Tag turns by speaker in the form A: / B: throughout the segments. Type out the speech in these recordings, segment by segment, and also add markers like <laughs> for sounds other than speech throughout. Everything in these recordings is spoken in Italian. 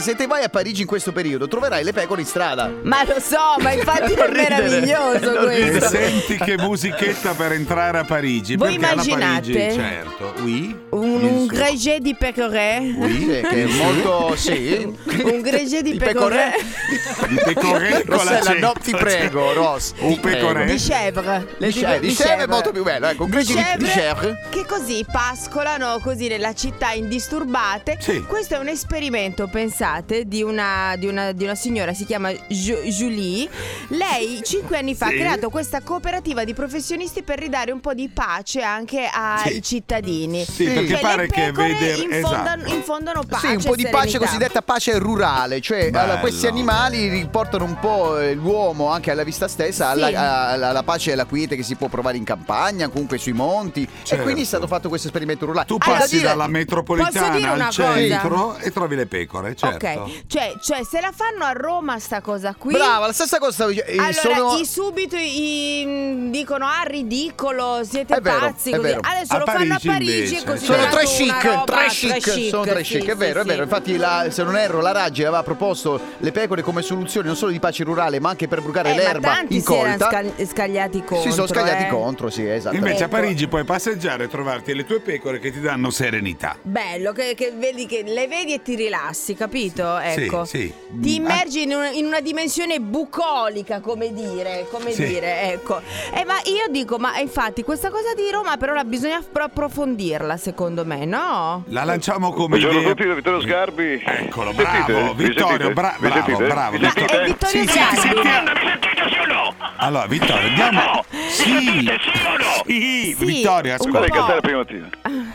A: se te vai a Parigi in questo periodo troverai le pecore in strada.
B: Ma lo so, ma
A: <laughs>
B: infatti è
A: Cioè, Non ridere,
B: meraviglioso
A: non
B: questo.
A: ridere.
C: E senti che musichetta per entrare a Parigi.
B: Esatto. Voi
C: perché alla
B: immaginate?
C: Parigi, certo. Oui?
B: Un,
C: Bien
B: un
C: sûr.
B: gregge di pecorè.
A: Sì, che è molto. Oh, Sì.
B: Un gregge di
A: Di
B: pecorè.
A: <laughs> pecorè.
C: Di pecorè con
A: Rossella,
C: la
A: no,
C: cento,
A: ti prego, Ross.
C: Un
A: ti prego.
C: pecorè.
B: Di chèvre. Le
A: Eh? Di
B: dico-
A: chèvre,
B: di
A: di chèvre è
B: chèvre.
A: molto più bello, ecco, un grigio di- di chèvre.
B: Che così pascolano così nella città indisturbate.
C: Sì.
B: Questo è un esperimento, pensate, di una, di una- di una signora, si chiama Ju- Julie. Lei cinque anni fa
C: Sì.
B: ha creato questa cooperativa di professionisti per ridare un po' di pace anche ai
C: Sì.
B: cittadini.
C: Sì,
A: Sì.
C: perché
B: Cioè,
C: pare
B: le
C: che
B: pecore
C: veder-
B: infondano,
C: esatto.
B: infondono
A: Sì,
B: pace.
A: un po' di
B: serenità.
A: pace cosiddetta pace rurale, cioè
C: Bello.
A: allora, questi animali riportano un po' eh, l'uomo anche alla vista stessa, alla,
B: Sì.
A: alla- alla pace e alla quiete che si può provare in campagna, comunque sui monti.
C: Certo.
A: E quindi è stato fatto questo esperimento rurale. Ah,
C: Tu
A: C'è
B: Ah,
A: da
C: passi
A: dire-
C: dalla
B: Posso dire
C: metropolitana
B: una
C: al
B: cosa?
C: centro e trovi le pecore, certo.
A: Esatto.
B: Ok, cioè, cioè, se la fanno a Roma sta cosa qui.
A: Brava, la stessa cosa. eh,
B: Allora,
A: sono...
B: i subito i- mh, dicono ah ridicolo, siete
A: È vero,
B: pazzi
A: è
B: così.
A: vero.
B: Adesso
C: A
B: lo fanno a
C: Parigi,
B: Parigi
C: invece,
B: e così
A: Sono tre
B: Certo. una
A: chic,
B: roba,
A: tre chic, sono tre
B: sì,
A: chic, è
B: sì,
A: vero, è
B: sì.
A: vero. Infatti, la- se non erro, la Raggi aveva proposto le pecore come soluzione non solo di pace rurale, ma anche per brucare
B: Eh, ma
A: l'erba
B: tanti si erano
A: incolta.
B: scal- scagliati contro.
A: si sono scagliati
B: eh.
A: contro, sì, esatto.
C: Invece a
B: Ecco.
C: Parigi puoi passeggiare e trovarti le tue pecore che ti danno serenità.
B: Bello, che, che vedi che le vedi e ti rilassi, capito?
C: Sì,
B: Ecco.
C: sì. Mm, ah.
B: Ti immergi in una, in una dimensione bucolica, come dire, come
C: Sì.
B: dire, ecco. Eh, ma io dico, ma infatti questa cosa di Roma per ora bisogna pro- approfondirla, secondo me, no?
C: La lanciamo come
D: Buongiorno a
C: idea.
D: tutti da Vittorio Sgarbi.
C: Eccolo,
D: Mi
C: bravo,
D: Mi
C: Vittorio,
D: sentite?
C: bra-
D: Mi
C: bravo,
D: sentite?
C: bravo,
D: Mi
C: Vittorio.
B: È
D: sentite?
B: Vittorio
C: Sì, sì,
B: Sgarbi.
C: sì, sì.
D: Mi sentite sì o no?
C: Allora, Vittorio, andiamo.
D: No! Mi
C: Sì,
D: sentite, sì o no?
C: sì,
B: Sì,
C: Vittorio,
B: un
C: ascolta.
D: Guarda che
B: po'.
D: cantare prima mattina.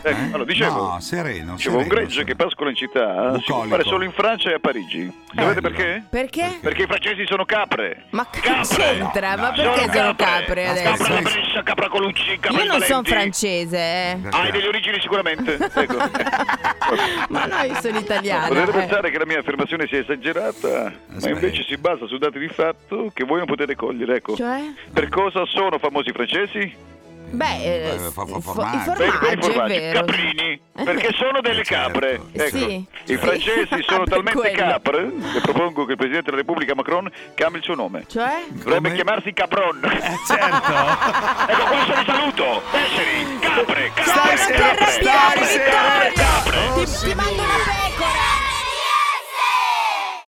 D: Ecco, allora, dicevo...
C: Eh? No, sereno,
D: Dicevo, un
C: sereno,
D: greggio
C: sereno.
D: che pascola in città si può
C: Bucolico. Eh,
D: fare solo in Francia e a Parigi.
C: Bello.
D: Sapete perché?
B: Perché?
D: Perché i francesi sono capre.
B: Ma che
D: Capre!
B: c'entra?
C: no,
B: Ma
C: no,
B: perché
C: no,
B: sono
D: capre
B: capre adesso?
D: Capra da Brescia, capra Colucci, capra
B: Io non sono
D: Valenti.
B: francese, eh.
C: <laughs>
D: Hai delle origini sicuramente. Ecco.
B: <laughs> Ma no, io sono italiana.
D: Potete
B: eh.
D: pensare che la mia affermazione sia esagerata, ma
C: Aspetta.
D: invece si basa su dati di fatto che voi non potete cogliere, ecco.
B: Cioè?
D: Per cosa sono famosi i francesi?
B: Beh, eh,
C: Eh, fa- fa-
B: fo- i
C: formaggi.
D: Per, per i
B: formaggi,
D: formaggi,
B: Ah, è vero.
D: caprini, perché sono delle
C: certo.
D: capre. Ecco.
B: Sì.
D: I francesi
B: <laughs>
D: sono
B: Per
D: talmente
B: quello.
D: capre che propongo che il Presidente della Repubblica Macron cambi il suo nome.
B: Cioè?
D: Dovrebbe
C: Come?
D: chiamarsi Capron. <laughs>
C: Eh, Certo.
D: ecco, questo vi saluto. Esseri, capre, capre,
B: Ma non ti
D: capre,
B: arrabbiare,
D: capre,
B: Vittorio!
D: capre, capre.
B: Ti- Ti mando una pelle!